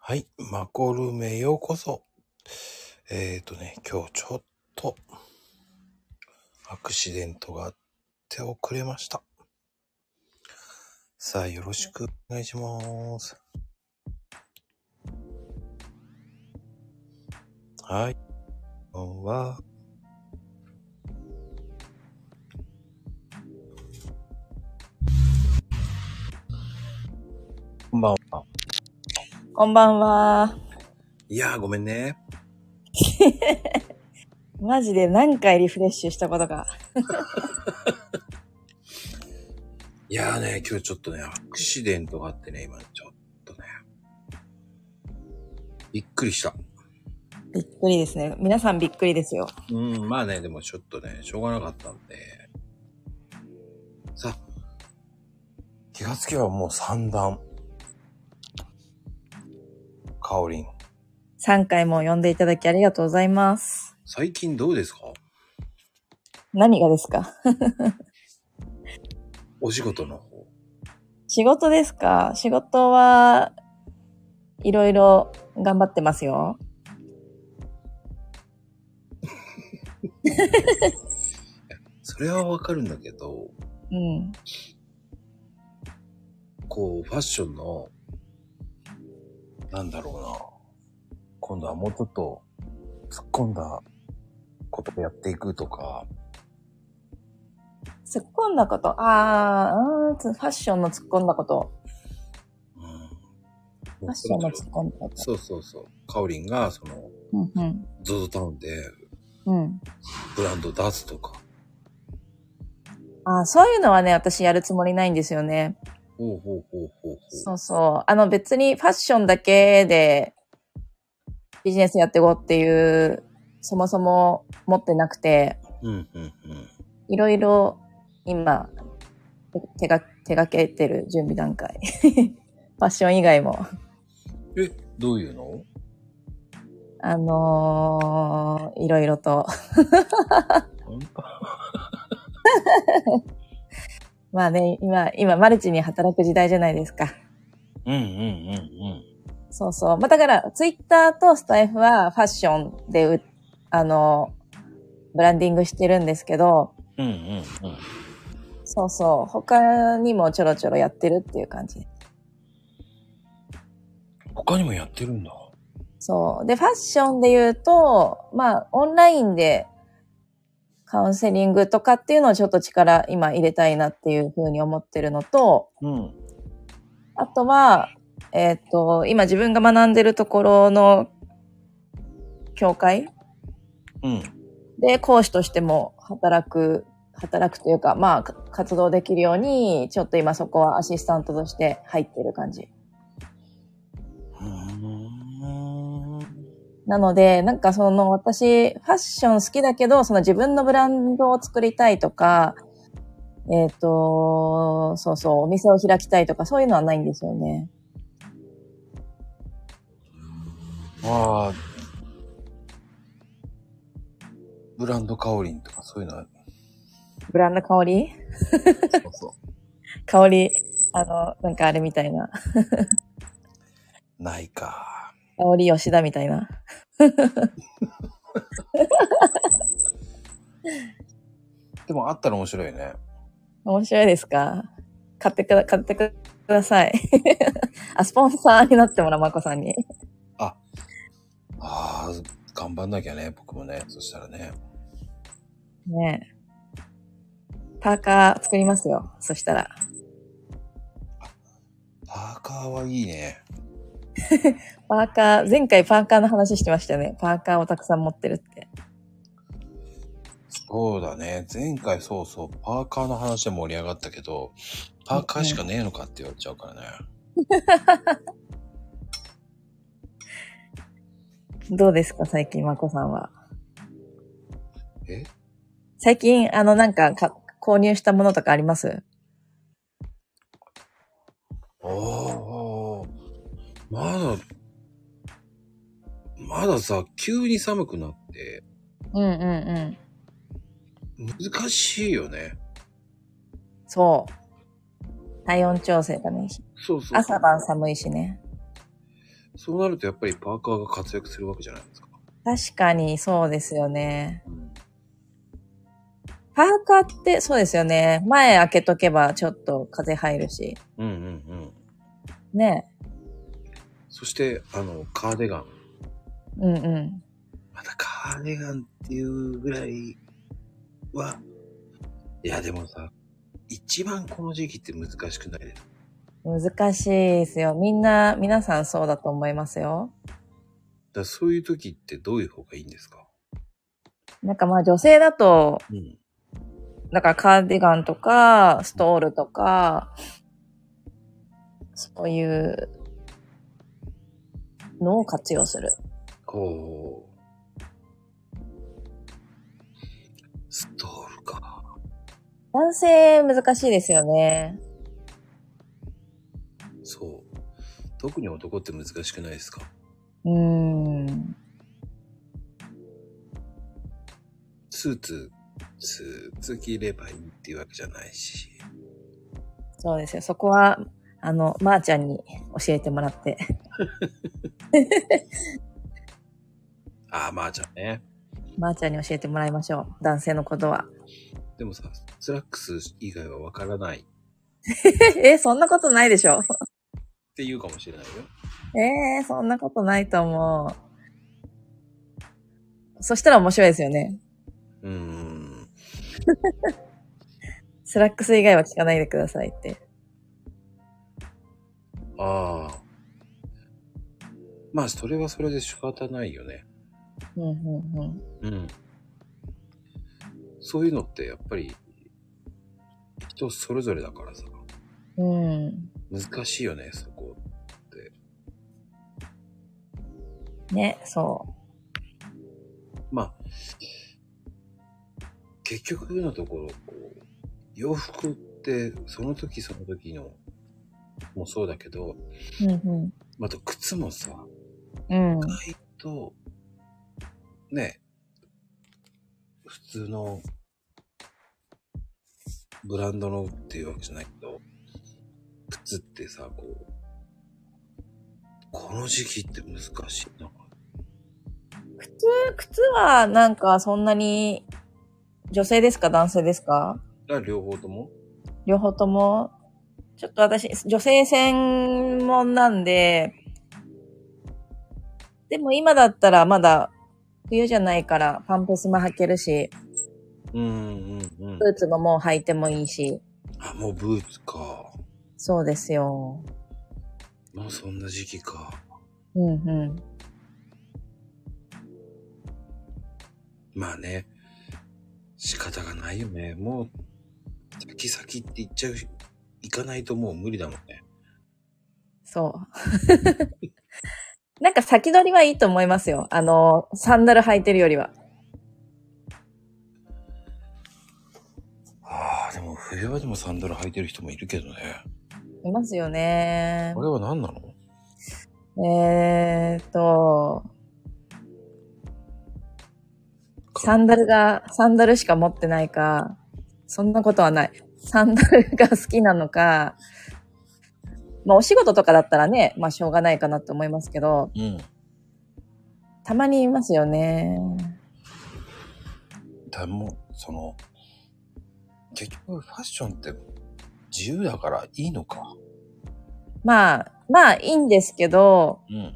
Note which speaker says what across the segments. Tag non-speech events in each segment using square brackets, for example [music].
Speaker 1: はい。マコルメようこそ。えっ、ー、とね、今日ちょっと、アクシデントがあって遅れました。さあ、よろしくお願いします。はい。こんばんは。こんばんは。
Speaker 2: こんばんは。
Speaker 1: いやー、ごめんね。
Speaker 2: マジで何回リフレッシュしたことか。
Speaker 1: いやーね、今日ちょっとね、アクシデントがあってね、今ちょっとね。びっくりした。
Speaker 2: びっくりですね。皆さんびっくりですよ。
Speaker 1: うん、まあね、でもちょっとね、しょうがなかったんで。さあ、気がつけばもう3段。カオリン、
Speaker 2: 3回も呼んでいただきありがとうございます。
Speaker 1: 最近どうですか
Speaker 2: 何がですか
Speaker 1: お仕事の方。
Speaker 2: 仕事ですか仕事は、いろいろ頑張ってますよ。
Speaker 1: それはわかるんだけど、
Speaker 2: うん。
Speaker 1: こう、ファッションの、なんだろうな。今度はもうちょっと、突っ込んだことをやっていくとか、
Speaker 2: 突っ込んだこと。あー、うーんつファッションの突っ込んだこと。
Speaker 1: うん。
Speaker 2: ファッションの突っ込んだこと。
Speaker 1: そうそうそう。カオリンが、その、
Speaker 2: うん、うん。
Speaker 1: ゾゾタウンで
Speaker 2: うん。
Speaker 1: ブランド出すとか。
Speaker 2: あーそういうのはね、私やるつもりないんですよね。
Speaker 1: ほうほうほうほうほう。
Speaker 2: そうそう。あの別にファッションだけでビジネスやっていこうっていう、そもそも持ってなくて、
Speaker 1: うんうんうん。
Speaker 2: いろいろ今、手が、手がけてる準備段階。 [laughs] ファッション以外も。
Speaker 1: え、どういうの
Speaker 2: あのー、いろいろと。
Speaker 1: 本当 [laughs]
Speaker 2: まあね、今、今マルチに働く時代じゃないですか。
Speaker 1: うんうんうんうん。
Speaker 2: そうそう。まあ、だから、ツイッターとスタイフはファッションでう、あのー、ブランディングしてるんですけど、
Speaker 1: うんうんうん。
Speaker 2: そうそう。他にもちょろちょろやってるっていう感じ。
Speaker 1: 他にもやってるんだ。
Speaker 2: そう。で、ファッションで言うと、まあ、オンラインでカウンセリングとかっていうのをちょっと力今入れたいなっていうふうに思ってるのと、
Speaker 1: うん。
Speaker 2: あとは、えっ、と、今自分が学んでるところの教会
Speaker 1: うん。
Speaker 2: で講師としても働く、働くというか、まあ、か活動できるように、ちょっと今そこはアシスタントとして入ってる感じ。なので、なんかその私、ファッション好きだけど、その自分のブランドを作りたいとか、えっ、と、そうそう、お店を開きたいとか、そういうのはないんですよね。
Speaker 1: まあ、ブランドカオリンとかそういうのは、
Speaker 2: ブランド香り
Speaker 1: そうそ
Speaker 2: 香り、あの、なんかあれみたいな。
Speaker 1: う。ないか。
Speaker 2: 香り吉田みたいな。
Speaker 1: でもあったら面白いね。
Speaker 2: 面白いですか買ってくだ、買ってください。 [laughs] あ、スポンサーになってもらう、まこさんに。
Speaker 1: ああ、頑張んなきゃね、僕もね。そしたらね。
Speaker 2: ねえパーカー作りますよ。そしたら。
Speaker 1: パーカーはいいね。
Speaker 2: パーカー、前回パーカーの話してましたよね。パーカーをたくさん持ってるって。
Speaker 1: そうだね。前回そうそう、パーカーの話で盛り上がったけど、パーカーしかねえのかって言われちゃうからね。
Speaker 2: どうですか最近、まこさんは。
Speaker 1: え
Speaker 2: 最近、あの、なんかか、購入したものとかあります
Speaker 1: おー、まだ、まださ、急に寒くなって、
Speaker 2: うんうんうん。
Speaker 1: 難しいよね。
Speaker 2: そう。体温調整がね、
Speaker 1: そうそう。
Speaker 2: 朝晩寒いしね。
Speaker 1: そうなるとやっぱりパーカーが活躍するわけじゃないですか。
Speaker 2: 確かにそうですよね。
Speaker 1: うん。
Speaker 2: パーカーってそうですよね。前開けとけばちょっと風入るし。
Speaker 1: うんうんうん。
Speaker 2: ね。
Speaker 1: そして、あの、カーデガン。
Speaker 2: うんうん。
Speaker 1: またカーデガンっていうぐらいは、いやでもさ、一番この時期って難しくないですか
Speaker 2: 難しいですよ。みんな、皆さんそうだと思いますよ。
Speaker 1: だそういう時ってどういう方がいいんですか
Speaker 2: なんかまあ女性だと、
Speaker 1: うん。
Speaker 2: だからカーディガンとか、ストールとか、そういうのを活用する。
Speaker 1: こう。ストールか。
Speaker 2: 男性難しいですよね。
Speaker 1: そう。特に男って難しくないですか
Speaker 2: うーん。
Speaker 1: スーツ、スーツ着ればいいっていうわけじゃないし。
Speaker 2: そうですよ。そこは、あの、まー、ちゃんに教えてもらって。
Speaker 1: ああ、まあじゃあね。
Speaker 2: まー、ちゃんに教えてもらいましょう。男性のことは。 [laughs]
Speaker 1: でもさ、スラックス以外はわからないっ
Speaker 2: え、そんなことないでしょ。
Speaker 1: て言うかもしれないよ。
Speaker 2: えー、そんなことないと思う。そしたら面白いですよね。
Speaker 1: うーん。
Speaker 2: スラックス以外は聞かないでくださいって。
Speaker 1: ああ。まあ、それはそれで仕方ないよね。
Speaker 2: うんうんうん。
Speaker 1: うん。そういうのってやっぱり、人それぞれだからさ、
Speaker 2: うん。
Speaker 1: 難しいよね、そこ。
Speaker 2: ね、そ
Speaker 1: まあ、結局のところ、こう、洋服って、その時その時の、もそうだけど、
Speaker 2: う。うん
Speaker 1: あと靴もさ、
Speaker 2: うん。うん。
Speaker 1: 意外と、ね、普通の、ブランドのっていうわけじゃないけど、靴ってさ、こう、この時期って難しいな。
Speaker 2: 靴、靴はなんかそんなに、女性ですか男性ですか
Speaker 1: だから両方とも
Speaker 2: 両方とも、ちょっと私、女性専門なんで、でも今だったらまだ冬じゃないからパンプスも履けるし、
Speaker 1: うんうんうん
Speaker 2: ブ。ーツももう履いてもいいし、
Speaker 1: あ、もうブーツか。
Speaker 2: そうですよ。
Speaker 1: もうそんな時期か。
Speaker 2: うんうん。
Speaker 1: まあね、仕方がないよね。もう、先先って言っちゃう、行かないともう無理だもんね。
Speaker 2: そう。 [laughs] なんか先取りはいいと思いますよ。あの、サンダル履いてるよりは。
Speaker 1: ああ、でも冬場でもサンダル履いてる人もいるけどね。
Speaker 2: いますよね
Speaker 1: あ。れは何なの
Speaker 2: えーっと、サンダルが、サンダルしか持ってないか、そんなことはない。サンダルが好きなのか、まあお仕事とかだったらね、まあしょうがないかなと思いますけど、
Speaker 1: うん。
Speaker 2: たまにいますよね。
Speaker 1: だもうその、結局ファッションって自由だからいいのか。
Speaker 2: まあ、まあいいんですけど、
Speaker 1: うん。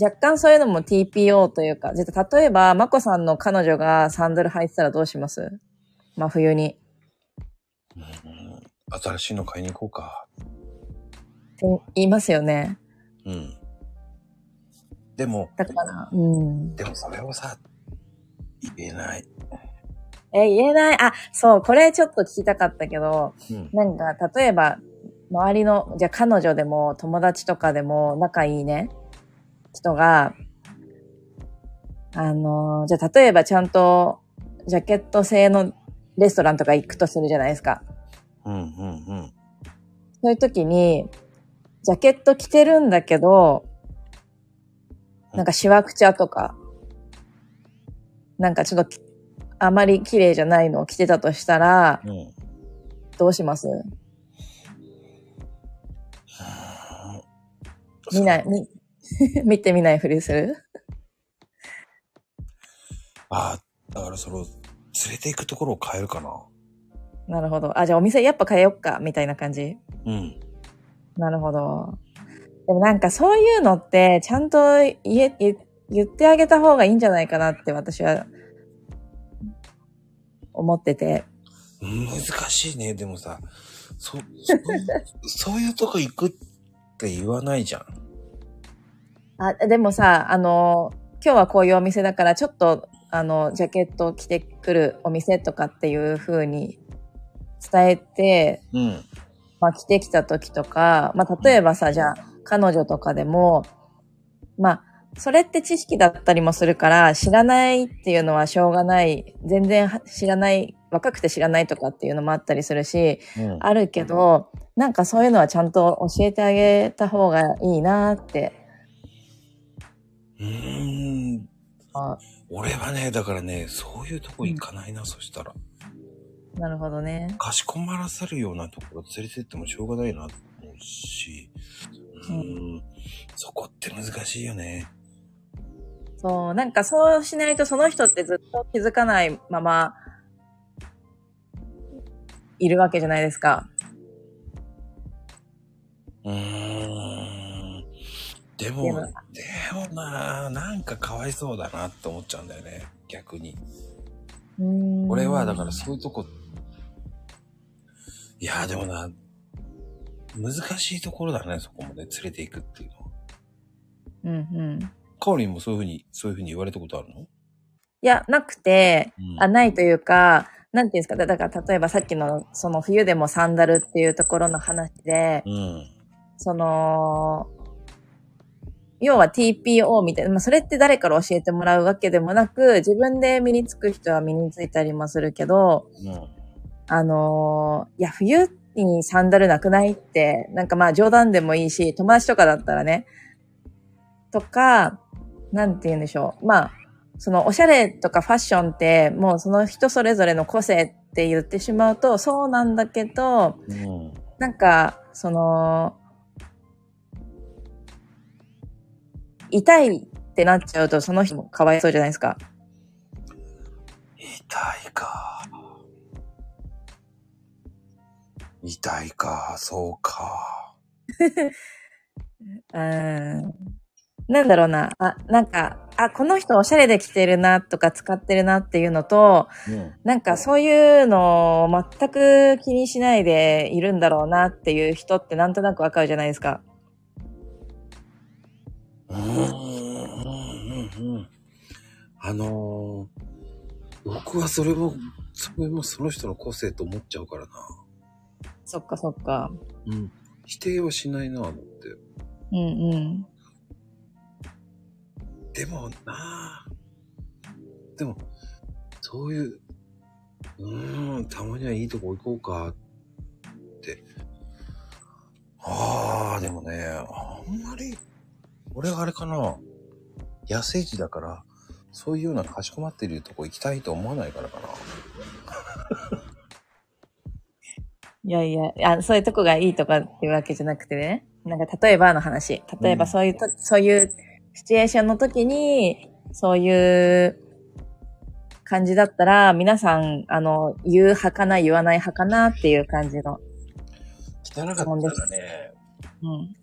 Speaker 2: 若干そういうのも TPO というか、じゃあ例えば、まこさんの彼女がサンダル履いてたらどうしますまあ冬に。
Speaker 1: うん、新しいの買いに行こうか。
Speaker 2: って言いますよね。
Speaker 1: うん。でも、
Speaker 2: だから、うん。
Speaker 1: でもそれをさ、言えない。
Speaker 2: え、言えない。あ、そう、これちょっと聞きたかったけど、
Speaker 1: うん。
Speaker 2: なんか、例えば、周りの、じゃあ彼女でも、友達とかでも、仲いいね、人が、あのー、じゃあ例えばちゃんと、ジャケット製のレストランとか行くとするじゃないですか。
Speaker 1: うんうんうん。
Speaker 2: そういう時に、ジャケット着てるんだけど、なんかシワクチャとか、なんかちょっときあまり綺麗じゃないのを着てたとしたら、
Speaker 1: うん。
Speaker 2: どうします見ない、見、 [laughs] 見てみないふりする
Speaker 1: ああ、だからそれを連れて行くところを変えるかな。
Speaker 2: なるほど。あ、じゃあお店やっぱ変えよっか、みたいな感じ。
Speaker 1: うん。
Speaker 2: なるほど。でもなんかそういうのって、ちゃんと言え、言言ってあげた方がいいんじゃないかなって私は、思ってて。
Speaker 1: 難しいね。でもさ、そ、 [laughs] そういうそういうとこ行くって言わないじゃん。
Speaker 2: あ、でもさ、あの、今日はこういうお店だから、ちょっと、あの、ジャケットを着てくるお店とかっていう風に伝えて、
Speaker 1: うん。
Speaker 2: まあ、着てきた時とか、まあ、例えばさ、じゃあ、彼女とかでも、まあ、それって知識だったりもするから、知らないっていうのはしょうがない、全然は知らない、若くて知らないとかっていうのもあったりするし、
Speaker 1: うん。
Speaker 2: あるけど、なんかそういうのはちゃんと教えてあげた方がいいなって。
Speaker 1: うーん。
Speaker 2: あ
Speaker 1: 俺はね、だからね、そういうとこ行かないな、そしたら。
Speaker 2: なるほどね。
Speaker 1: かしこまらせるようなところ連れてってもしょうがないなと思うし、うーん、そこって難しいよね。
Speaker 2: そう、なんかそうしないとその人ってずっと気づかないまま、いるわけじゃないですか。
Speaker 1: うーん。でも、
Speaker 2: で
Speaker 1: で
Speaker 2: も
Speaker 1: もな、なんかかわいそうだなって思っちゃうんだよね、逆に。俺
Speaker 2: 俺
Speaker 1: はだからそういうとこ、いやーでもな、難しいところだね、そこもね、連れて行くっていうのは。
Speaker 2: うんうん。
Speaker 1: カオリンもそういうふうに、そういうふうに言われたことあるの
Speaker 2: いや、なくて、
Speaker 1: うん
Speaker 2: あ、ないというか、なんていうんですか、だだから例えばさっきの、その冬でもサンダルっていうところの話で、
Speaker 1: うん。
Speaker 2: その、要は TPO みたいな、まあ、それって誰から教えてもらうわけでもなく、自分で身につく人は身についたりもするけど、
Speaker 1: うん。
Speaker 2: あのーいや、冬にサンダルなくないって、なんかまあ冗談でもいいし、友達とかだったらね、とか、なんて言うんでしょう。まあ、そのおしゃれとかファッションって、もうその人それぞれの個性って言ってしまうと、そうなんだけど、
Speaker 1: うん。
Speaker 2: なんか、その、痛いってなっちゃうと、その人もかわいそうじゃないですか。
Speaker 1: 痛いか。痛いか、そうか。
Speaker 2: うーんなんだろうな。あ、なんか、あ、この人おしゃれで着てるなとか使ってるなっていうのと、
Speaker 1: うん。
Speaker 2: なんかそういうのを全く気にしないでいるんだろうなっていう人ってなんとなくわかるじゃないですか。
Speaker 1: うん。うん。あのー、僕はそれも、それもその人の個性と思っちゃうからな。
Speaker 2: そっかそっか。
Speaker 1: うん。否定はしないな、思って。
Speaker 2: うんうん。
Speaker 1: でもなでも、そういう、うーん、たまにはいいとこ行こうかって。ああ、でもね、あんまり、俺があれかな、野生児だから、そういうようなかしこまってるとこ行きたいと思わないからかな。
Speaker 2: いやいや、あそういうとこがいいとかっていうわけじゃなくてね。なんか例えばの話。例えばそういうと、そういうシチュエーションの時に、そういう感じだったら、皆さん、あの、言う派かな、言わない派かなっていう感じの。
Speaker 1: 汚かったらね、
Speaker 2: うん。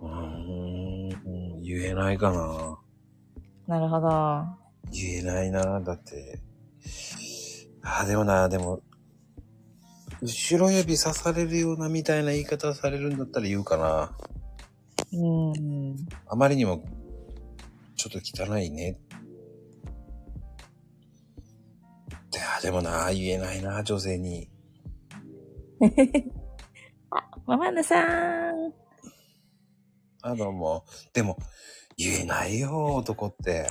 Speaker 1: うーん、言えないかな。
Speaker 2: なるほど。
Speaker 1: 言えないな、だって。ああ、でもな、でも、後ろ指刺されるようなみたいな言い方されるんだったら言うかな。
Speaker 2: うん。
Speaker 1: あまりにも、ちょっと汚いね。であーでもな、言えないな、女性に。
Speaker 2: ママヌさん。
Speaker 1: あ、どうも。でも、言えないよ、男って。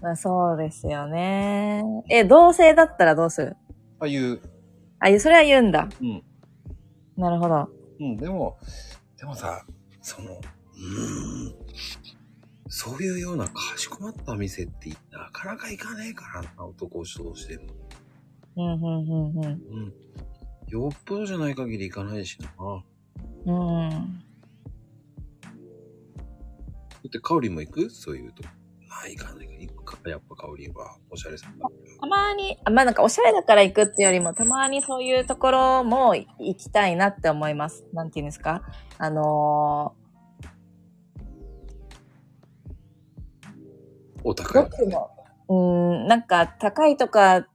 Speaker 2: まあそうですよね。え、同性だったらどうする
Speaker 1: あ、言う。
Speaker 2: あ、それは言うんだ。
Speaker 1: うん。
Speaker 2: なるほど。
Speaker 1: うん、でも、でもさ、その、うーん、そういうようなかしこまった店ってなかなか行かねえからな、男をどうしても。
Speaker 2: うん、うん、うん、うん。
Speaker 1: うん。よっぽどじゃない限り行かないしな。
Speaker 2: うん。
Speaker 1: って、カオリンも行くそういうとこ。ないかね。行くか。やっぱカオリンは、おしゃれさんだ。
Speaker 2: たまに、あまあなんかおしゃれだから行くっていうよりも、たまにそういうところも行きたいなって思います。なんていうんですかあの
Speaker 1: お
Speaker 2: ー、
Speaker 1: 高
Speaker 2: ど
Speaker 1: い
Speaker 2: っ。ちも、うーん、なんか高いとか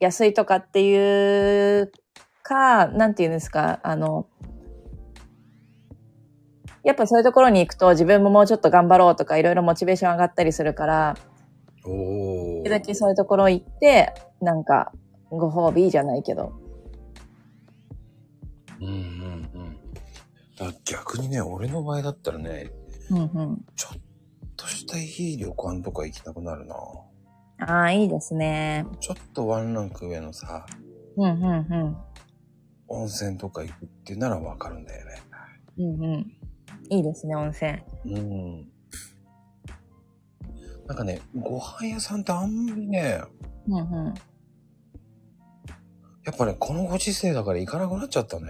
Speaker 2: 安いとかっていうか、なんていうんですかあの、やっぱそういうところに行くと自分ももうちょっと頑張ろうとかいろいろモチベーション上がったりするから、
Speaker 1: お
Speaker 2: 時々
Speaker 1: ー。
Speaker 2: そういうところ行って、なんか、ご褒美じゃないけど。
Speaker 1: うんうんうん。だから逆にね、俺の場合だったらね、
Speaker 2: うんうん。
Speaker 1: ちょっとしたいい旅館とか行きたくなるな。
Speaker 2: ああ、いいですね。
Speaker 1: ちょっとワンランク上のさ、
Speaker 2: うんうんうん。
Speaker 1: 温泉とか行くってならわかるんだよね。
Speaker 2: うんうん。いいですね、温泉。
Speaker 1: うん。なんかね、ご飯屋さんってあんまりね、
Speaker 2: うんうん。
Speaker 1: やっぱね、このご時世だから行かなくなっちゃったね。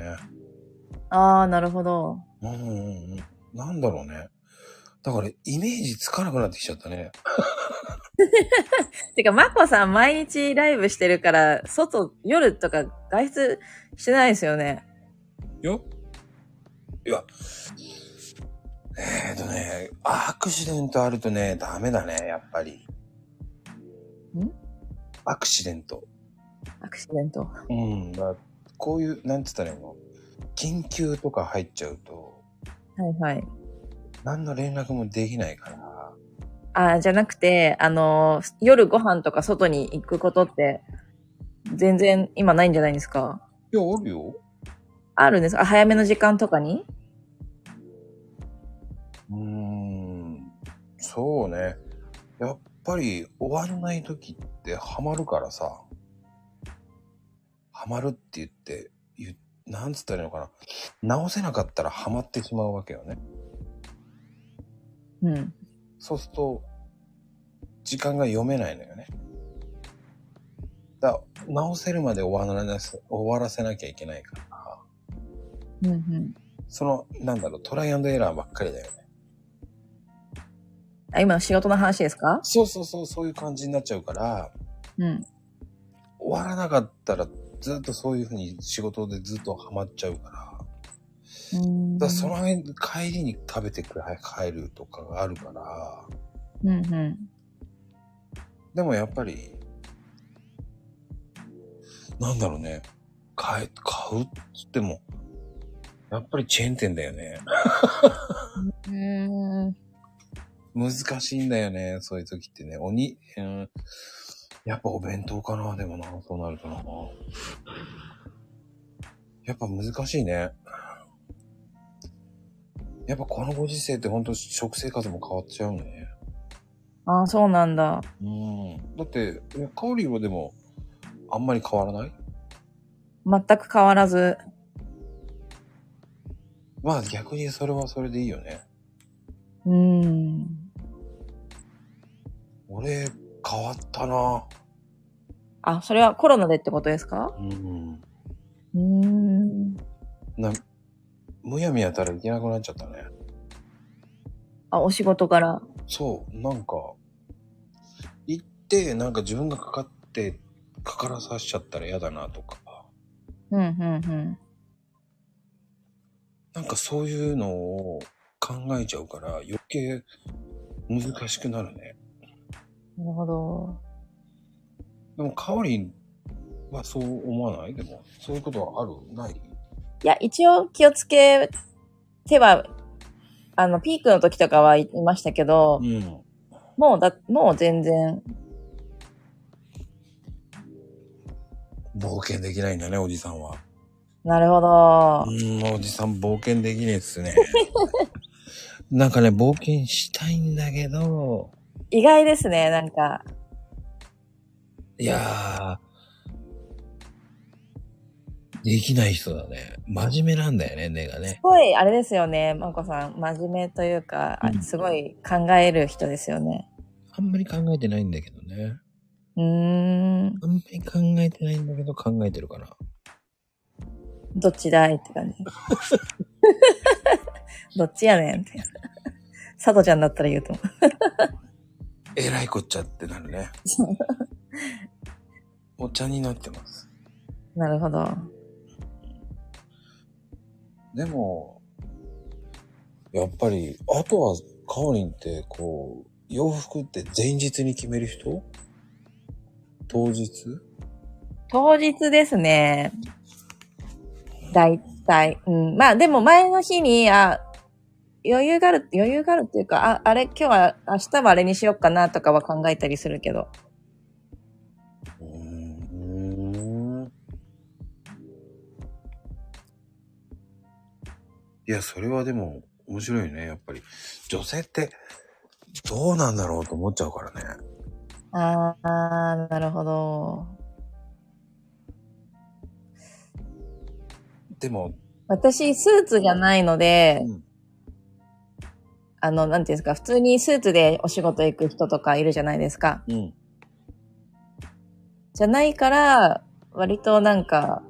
Speaker 2: ああ、なるほど。
Speaker 1: うんうんうん。なんだろうね。だから、イメージつかなくなってきちゃったね。
Speaker 2: てか、まこさん毎日ライブしてるから、外、夜とか外出してないですよね。
Speaker 1: よいや。えーとね、アクシデントあるとね、ダメだね、やっぱり。
Speaker 2: ん
Speaker 1: アクシデント。
Speaker 2: アクシデント。
Speaker 1: うん。だからこういう、なんつったらいいの緊急とか入っちゃうと、
Speaker 2: はいはい。
Speaker 1: 何の連絡もできないから。
Speaker 2: ああ、じゃなくて、あのー夜ご飯とか外に行くことって、全然今ないんじゃないですか
Speaker 1: いや、おるよ。
Speaker 2: あるんですあ、早めの時間とかに
Speaker 1: うーん。そうね。やっぱり終わんない時ってハマるからさ。ハマるって言って、言うなんつったらいいのかな。直せなかったらハマってしまうわけよね。
Speaker 2: うん。
Speaker 1: そうすると、時間が読めないのよね。だ直せるまで終わらなす終わらせなきゃいけないから、
Speaker 2: うんうん。
Speaker 1: その、なんだろう、トライアンドエラーばっかりだよね。
Speaker 2: あ、今の仕事の話ですか
Speaker 1: そうそうそう、そういう感じになっちゃうから、
Speaker 2: うん。
Speaker 1: 終わらなかったらずっとそういうふうに仕事でずっとハマっちゃうから。
Speaker 2: うん
Speaker 1: だからその辺帰りに食べてくら帰るとかがあるから。
Speaker 2: うんうん。
Speaker 1: でもやっぱり、なんだろうね。買え買うっつっても、やっぱりチェーン店だよね。
Speaker 2: うん。
Speaker 1: 難しいんだよね。そういう時ってね。おに、うん、やっぱお弁当かな。でもな、そうなるとな。やっぱ難しいね。やっぱこのご時世ってほんと食生活も変わっちゃうね。
Speaker 2: ああ、そうなんだ。
Speaker 1: うん。だって、えカオリンはでも、あんまり変わらない
Speaker 2: 全く変わらず。
Speaker 1: まあ逆にそれはそれでいいよね。
Speaker 2: うん。
Speaker 1: 俺、変わったな。
Speaker 2: あ、それはコロナでってことですか
Speaker 1: うん。
Speaker 2: うん。
Speaker 1: な、むやみやたらいけなくなっちゃったね。
Speaker 2: あ、お仕事から。
Speaker 1: そう、なんか、行って、なんか自分がかかって、かからさせちゃったら嫌だなとか、
Speaker 2: うんうん
Speaker 1: なんかそういうのを考えちゃうから余計難しくなるね。
Speaker 2: うん。なるほど。
Speaker 1: でも、かおりんはそう思わないでも、そういうことはあるない
Speaker 2: いや、一応気をつけては、あの、ピークの時とかはいいましたけど、
Speaker 1: ん。
Speaker 2: もうだ、もう全然、
Speaker 1: 冒険できないんだね、おじさんは。
Speaker 2: なるほど
Speaker 1: う。ーん、おじさん冒険できねえっすね。なんかね、冒険したいんだけど、
Speaker 2: 意外ですね、なんか。
Speaker 1: いやー、できない人だね。真面目なんだよね、根がね
Speaker 2: す。ごい、あれですよね、まこさん。真面目というか、あ
Speaker 1: うん
Speaker 2: すごい考える人ですよね。
Speaker 1: あんまり考えてないんだけどね。
Speaker 2: うーん。
Speaker 1: あんまり考えてないんだけど考えてるから。
Speaker 2: [laughs] どっちだいって感じ。どっちやねんって。佐藤ちゃんだったら言うと思う。
Speaker 1: えらいこっちゃってなるね。お茶になってます。
Speaker 2: なるほど。
Speaker 1: でも、やっぱり、あとは、カオリンって、こう、洋服って前日に決める人当日
Speaker 2: 当日ですね。だいたい。うん。まあでも前の日に、あ、余裕がある、余裕があるっていうか、あ、あれ、今日は、明日はあれにしようかなとかは考えたりするけど。
Speaker 1: うーん。いや、それはでも、面白いね、やっぱり。女性って、どうなんだろうと思っちゃうからね。
Speaker 2: ああ、なるほど。
Speaker 1: でも、
Speaker 2: 私、スーツじゃないので、
Speaker 1: うん
Speaker 2: あの、なんていうんですか、普通にスーツでお仕事行く人とかいるじゃないですか。
Speaker 1: うん。
Speaker 2: じゃないから、割となんか、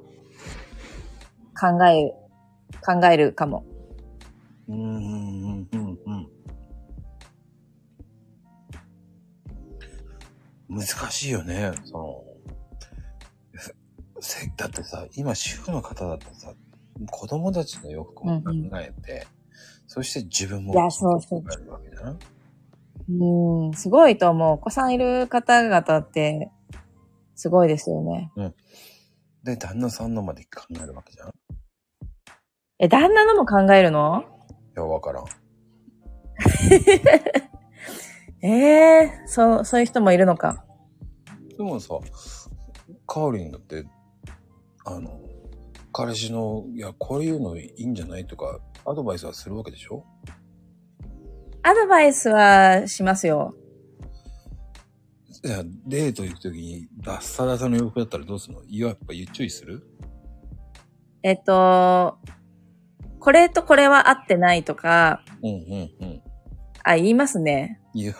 Speaker 2: 考え、考えるかも。
Speaker 1: うん、うん、うん、うん。難しいよね、その。せだってさ、今主婦の方だってさ、子供たちの洋服も考えて、そして自分も
Speaker 2: いやそうそう
Speaker 1: 考えるわけだな。
Speaker 2: うん、すごいと思う。お子さんいる方々って、すごいですよね。
Speaker 1: で、旦那さんのまで考えるわけじゃんい
Speaker 2: え、旦那のも考えるの
Speaker 1: や、わからん。
Speaker 2: ええそう、そういう人もいるのか。
Speaker 1: でもさ、カオリンだって、あの、彼氏の、いや、こういうのいいんじゃないとか、アドバイスはするわけでしょ
Speaker 2: アドバイスはしますよ。
Speaker 1: いや、デート行くときに、ダッサダサの洋服だったらどうするのいや、やっぱ注意する
Speaker 2: えっと、これとこれは合ってないとか、
Speaker 1: うんうんうん。
Speaker 2: あ、言いますね。
Speaker 1: 言う。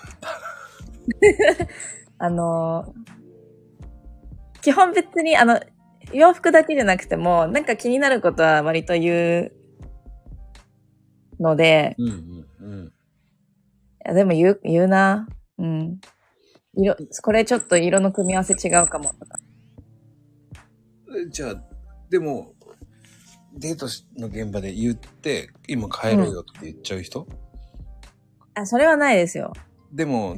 Speaker 2: あの、基本別に、あの、洋服だけじゃなくても、なんか気になることは割と言うので、
Speaker 1: うんうんうん。
Speaker 2: いやでも言う、言うな。うん。色、これちょっと色の組み合わせ違うかもとか。
Speaker 1: えじゃあ、でも、デートの現場で言って、今帰ろうよって言っちゃう人、
Speaker 2: あ、それはないですよ。
Speaker 1: でも、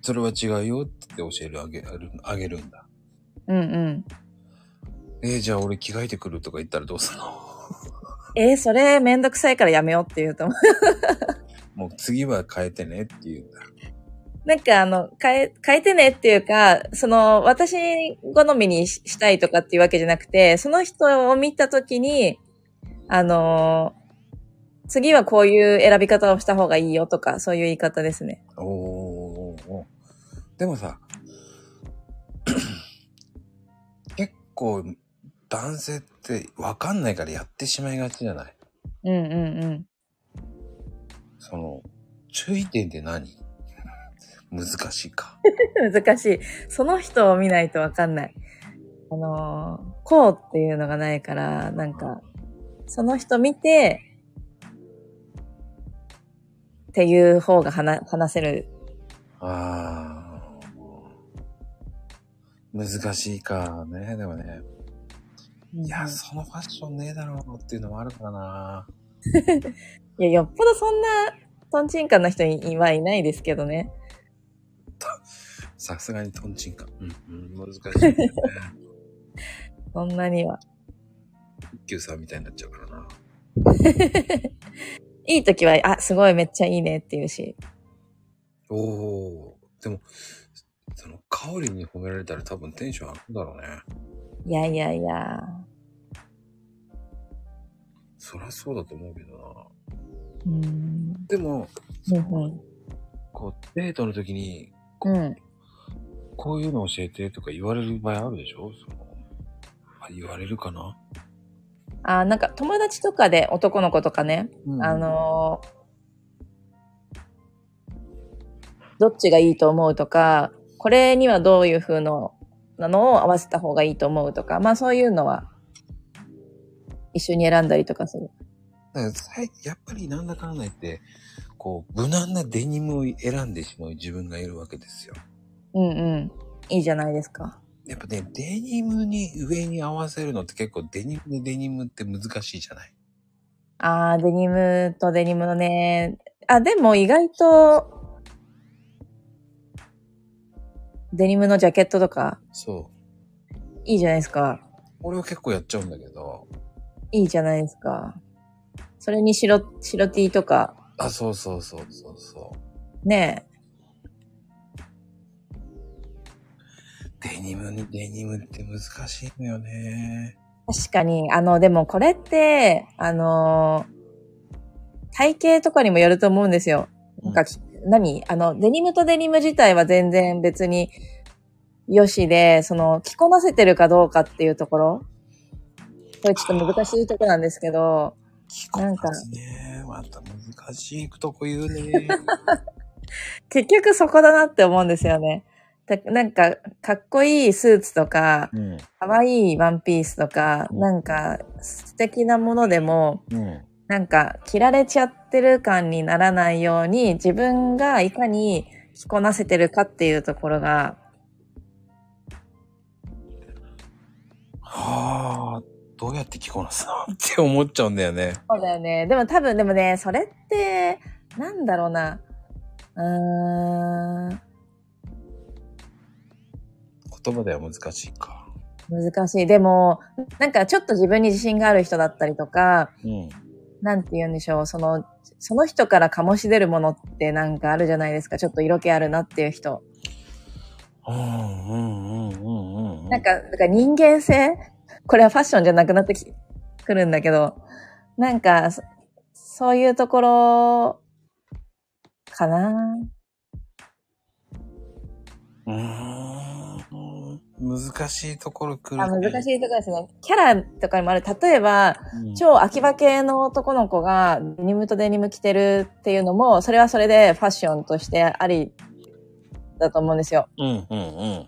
Speaker 1: それは違うよって教えるあげあるあげるんだ。
Speaker 2: うんうん。
Speaker 1: えーじゃあ俺着替えてくるとか言ったらどうするの [laughs]
Speaker 2: えーそれめんどくさいからやめようって言うと思う。
Speaker 1: もう次は変えてねって言うんだ。
Speaker 2: なんかあの、変え、変えてねっていうか、その、私好みにししたいとかっていうわけじゃなくて、その人を見たときに、あのー次はこういう選び方をした方がいいよとか、そういう言い方ですね。
Speaker 1: おーおーおーでもさ、 [clears throat] 結構男性ってわかんないからやってしまいがちじゃない
Speaker 2: うんうんうん。
Speaker 1: その、注意点って何難しいか。
Speaker 2: 難しい。その人を見ないとわかんない。あのーこうっていうのがないから、なんか、その人見て、っていう方が話、話せる。
Speaker 1: あー難しいかね、でもね。いや、そのファッションねえだろうっていうのもあるからな。
Speaker 2: いや、よっぽどそんな、トンチンカンな人にはいないですけどね。
Speaker 1: さすがにトンチンか。うん、うん、難しいよね。 [laughs]
Speaker 2: そんなには。 [laughs]
Speaker 1: 一休さんみたいになっちゃうからな。
Speaker 2: いい時は、あ、すごい、めっちゃいいねっていうし。
Speaker 1: おおー、でも、その、香りに褒められたら多分テンション上がるだろうね。
Speaker 2: いやいやいや。
Speaker 1: そりゃそうだと思うけどな。
Speaker 2: うん。
Speaker 1: でも、
Speaker 2: うん
Speaker 1: こう、デートの時に、
Speaker 2: うん。うん。
Speaker 1: こういうの教えてとか言われる場合あるでしょその、あ言われるかな、
Speaker 2: あ、なんか、友達とかで、男の子とかね。
Speaker 1: うん
Speaker 2: あ、のーどっちがいいと思うとか、これにはどういう風のなのを合わせた方がいいと思うとか、まあそういうのは、一緒に選んだりとかする。
Speaker 1: だからさいやっぱりなんだかんだ言って、こう、無難なデニムを選んでしまう自分がいるわけですよ。
Speaker 2: うんうん。いいじゃないですか。
Speaker 1: やっぱね、デニムに上に合わせるのって結構デニムでデニムって難しいじゃない
Speaker 2: あー、デニムとデニムのね。あ、でも意外と、デニムのジャケットとか、
Speaker 1: そう。
Speaker 2: いいじゃないですか。
Speaker 1: 俺は結構やっちゃうんだけど、
Speaker 2: いいじゃないですか。それに白、白 T とか、
Speaker 1: あ、そうそうそうそうそう。
Speaker 2: ね
Speaker 1: デニムにデニムって難しいのよね。
Speaker 2: 確かに、あの、でもこれって、あのー体型とかにもよると思うんですよ。なんか、何あの、デニムとデニム自体は全然別に、よしで、その、着こなせてるかどうかっていうところ。これちょっと難しいとこなんですけど、
Speaker 1: 着こなすね。また難しいとこ言う
Speaker 2: [laughs]
Speaker 1: ね。
Speaker 2: 結局そこだなって思うんですよね。だなんか、かっこいいスーツとか、
Speaker 1: うん。
Speaker 2: かわいいワンピースとか、
Speaker 1: うん
Speaker 2: なんか素敵なものでも、
Speaker 1: うん。
Speaker 2: なんか着られちゃってる感にならないように、自分がいかに着こなせてるかっていうところが、
Speaker 1: はあ、どうやって着こなすのって思っちゃうんだよね。
Speaker 2: そうだよね。でも多分、でもね、それって、なんだろうな。うーん、
Speaker 1: 言葉では難しいか。
Speaker 2: 難しい。でも、なんかちょっと自分に自信がある人だったりとか、
Speaker 1: うん。
Speaker 2: なんて言うんでしょう、その、その人から醸し出るものってなんかあるじゃないですか。ちょっと色気あるなっていう人。
Speaker 1: うんうんうんうんうんうん。
Speaker 2: なんか、なんか人間性これはファッションじゃなくなってきくるんだけど、なんか、そそういうところ、かな
Speaker 1: うーん。難しいところ来る、
Speaker 2: あ難し
Speaker 1: い。
Speaker 2: いところですね。キャラとかにもある。例えば、
Speaker 1: うん、
Speaker 2: 超秋葉系の男の子がデニムとデニム着てるっていうのも、それはそれでファッションとしてありだと思うんですよ。
Speaker 1: うんうんうん。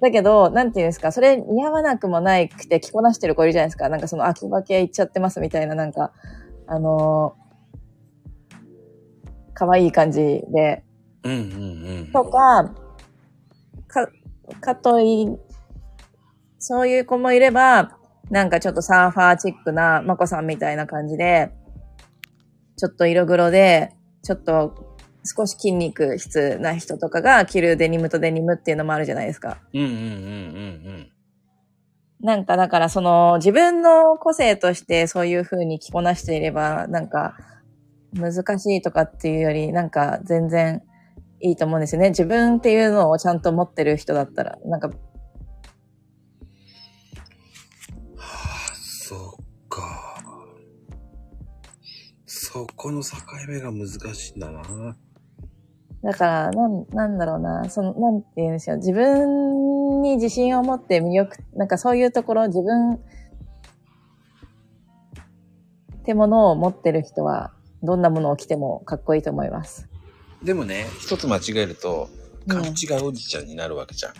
Speaker 2: だけど、なんていうんですか、それ似合わなくもないくて着こなしてる子いるじゃないですか。なんかその秋葉系行っちゃってますみたいな、なんか、あのー可愛い感じで。
Speaker 1: うんうんうん。
Speaker 2: とか、か、かとい、そういう子もいれば、なんかちょっとサーファーチックなまこさんみたいな感じで、ちょっと色黒で、ちょっと少し筋肉質な人とかが着るデニムとデニムっていうのもあるじゃないですか。
Speaker 1: うんうんうん
Speaker 2: なんかだからその自分の個性としてそういう風に着こなしていればなんか難しいとかっていうよりなんか全然いいと思うんですよね。自分っていうのをちゃんと持ってる人だったらなんか
Speaker 1: うん。はあ、そっか。そこの境目が難しいんだな。
Speaker 2: だからなんなんだろうなそのなんて言うんでしょう自分に自信を持って魅力なんかそういうところ自分ってものを持ってる人はどんなものを着てもかっこいいと思います。
Speaker 1: でもね、一つ間違えると、
Speaker 2: うん
Speaker 1: 勘違いおじちゃんになるわけじゃん。
Speaker 2: あ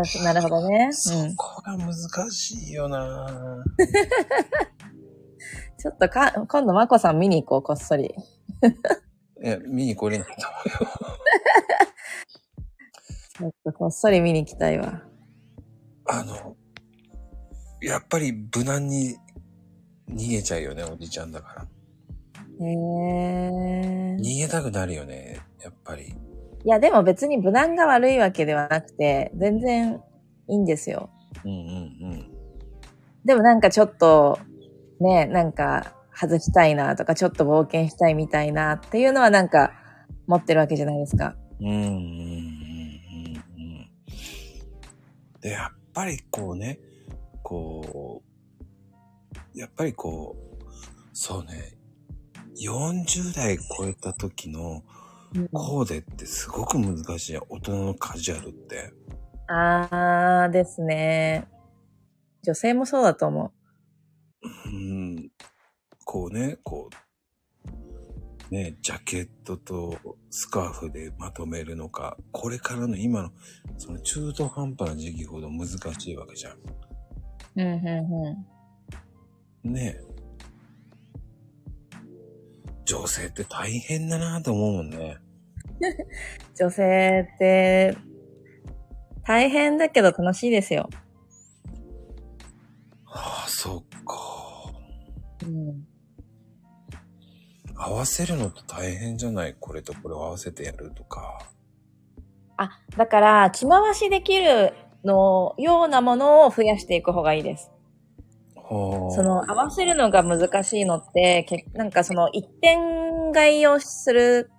Speaker 2: あ、なるほどね。
Speaker 1: そ
Speaker 2: うん。
Speaker 1: こが難しいよな。
Speaker 2: ちょっとか、今度、まこさん見に行こう、こっそり。
Speaker 1: いや、見に来れないと思うよ。
Speaker 2: ちょっとこっそり見に行きたいわ。
Speaker 1: あの、やっぱり無難に逃げちゃうよね、おじちゃんだから。
Speaker 2: へえ。い
Speaker 1: 逃げたくなるよね、やっぱり。
Speaker 2: や、でも別に無難が悪いわけではなくて、全然いいんですよ。
Speaker 1: うんうん
Speaker 2: でもなんかちょっと、ね、なんか外したいなとか、ちょっと冒険したいみたいなっていうのはなんか持ってるわけじゃないですか。
Speaker 1: うん。うんうんうんうんうん。で、やっぱりこうね、こう、やっぱりこう、そうね、40代超えた時のコーデってすごく難しいよ。大人のカジュアルって。
Speaker 2: あーですね。女性もそうだと思
Speaker 1: うん、こうね、こう、ね、ジャケットとスカーフでまとめるのか、これからの今の、その中途半端な時期ほど難しいわけじゃ
Speaker 2: う。うん、うん、うん。
Speaker 1: ん。ね。女性って大変だなと思うもんね。
Speaker 2: 女性って、大変だけど楽しいですよ。
Speaker 1: ああ、そっか。
Speaker 2: うん。
Speaker 1: 合わせるのって大変じゃないこれとこれを合わせてやるとか。
Speaker 2: あ、だから、着回しできるのようなものを増やしていく方がいいです。
Speaker 1: はあ。
Speaker 2: その、合わせるのが難しいのって、けなんかその、一点買いをする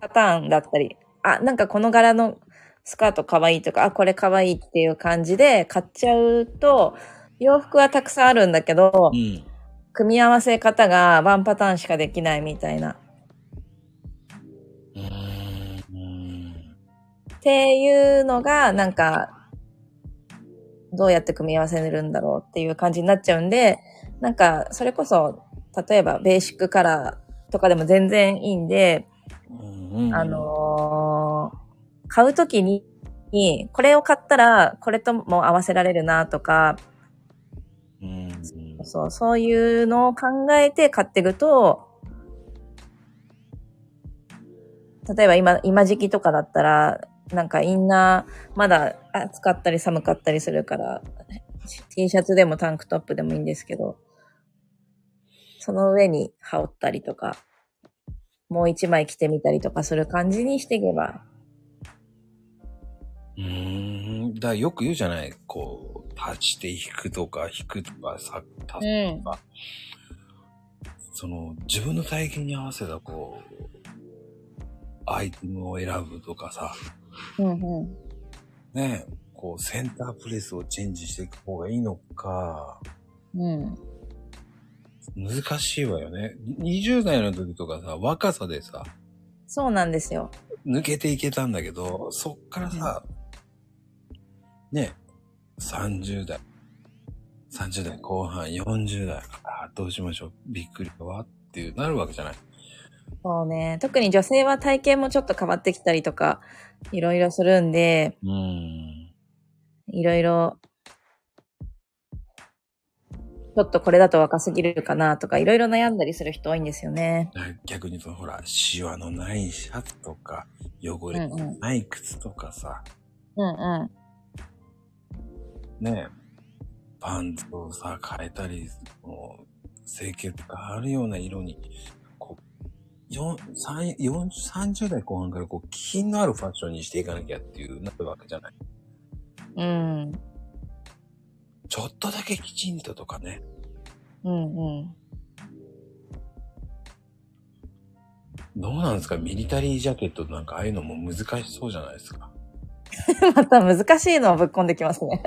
Speaker 2: パターンだったり、あ、なんかこの柄のスカート可愛いとか、あ、これ可愛いっていう感じで買っちゃうと、洋服はたくさんあるんだけど
Speaker 1: う、ん。
Speaker 2: 組み合わせ方がワンパターンしかできないみたいな。
Speaker 1: うーん。
Speaker 2: っていうのが、なんか、どうやって組み合わせるんだろうっていう感じになっちゃうんで、なんか、それこそ、例えばベーシックカラーとかでも全然いいんで、
Speaker 1: うんうん
Speaker 2: あ、のー買うときに、これを買ったら、これとも合わせられるなとか、
Speaker 1: うんうん、
Speaker 2: そう、そういうのを考えて買っていくと、例えば今、今時期とかだったら、なんかインナー、まだ暑かったり寒かったりするから、T シャツでもタンクトップでもいいんですけど、その上に羽織ったりとか、もう一枚着てみたりとかする感じにしていけば。
Speaker 1: うーん。だからよく言うじゃないこう、足して引くとか、引くとか、さ、た
Speaker 2: ん。
Speaker 1: その、自分の体型に合わせた、こう、アイテムを選ぶとかさ、
Speaker 2: うんうん。
Speaker 1: ねえ、こう、センタープレスをチェンジしていく方がいいのか、
Speaker 2: うん。
Speaker 1: 難しいわよね。20代の時とかさ、若さでさ、
Speaker 2: そうなんですよ。
Speaker 1: 抜けていけたんだけど、そっからさ、ねえ、30代、30代後半、40代、ああ、どうしましょう、びっくりだわっていう、なるわけじゃない。
Speaker 2: そうね。特に女性は体型もちょっと変わってきたりとか、いろいろするんで、
Speaker 1: うーん。
Speaker 2: いろいろ、ちょっとこれだと若すぎるかなとか、いろいろ悩んだりする人多いんですよね。
Speaker 1: 逆に言うと、ほら、シワのないシャツとか、汚れの
Speaker 2: うんう
Speaker 1: ない靴とかさ、
Speaker 2: うんうん。
Speaker 1: ねえ、パンツをさ、変えたり、もう、清潔感あるような色に、こう、よんさんよん30代後半からこう、気品のあるファッションにしていかなきゃっていう、なるわけじゃない。
Speaker 2: うん。
Speaker 1: ちょっとだけきちんととかね。
Speaker 2: うんうん。
Speaker 1: どうなんですかミリタリージャケットなんかああいうのも難しそうじゃないですか。
Speaker 2: [laughs] また難しいのをぶっ込んできますね。